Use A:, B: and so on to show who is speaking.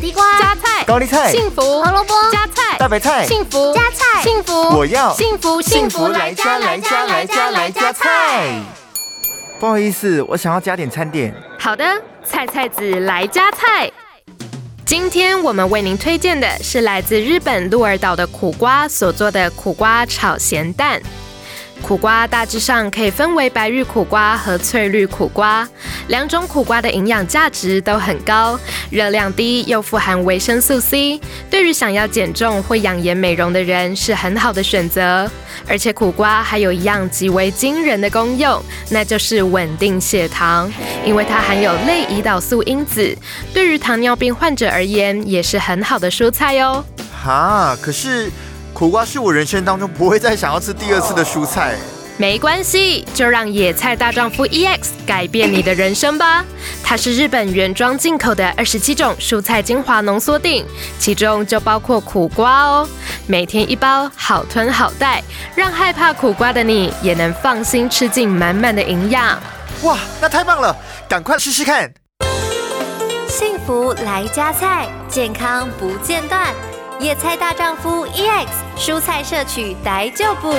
A: 地瓜、
B: 加菜、
C: 高丽菜、
B: 幸福、
A: 胡萝卜、
B: 加菜、
C: 大白菜、
B: 幸福、
A: 加菜
B: 幸福，
C: 我要
B: 幸福
C: 幸福来家来家来家来家菜。不好意思，我想要加点餐点。
B: 好的，菜菜子来加菜。今天我们为您推荐的是来自日本鹿儿岛的苦瓜所做的苦瓜炒咸蛋。苦瓜大致上可以分为白玉苦瓜和翠绿苦瓜，两种苦瓜的营养价值都很高，热量低又富含维生素 C，对于想要减重或养颜美容的人是很好的选择。而且苦瓜还有一样极为惊人的功用，那就是稳定血糖，因为它含有类胰岛素因子，对于糖尿病患者而言也是很好的蔬菜哦。
C: 哈，可是苦瓜是我人生当中不会再想要吃第二次的蔬菜。
B: 没关系，就让野菜大丈夫 EX 改变你的人生吧。它是日本原装进口的二十七种蔬菜精华浓缩定，其中就包括苦瓜哦。每天一包，好吞好带，让害怕苦瓜的你也能放心吃进满满的营养。
C: 哇，那太棒了，赶快试试看。
A: 幸福来加菜，健康 E 不间断。野菜大丈夫 EX 蔬菜摄取逮就补。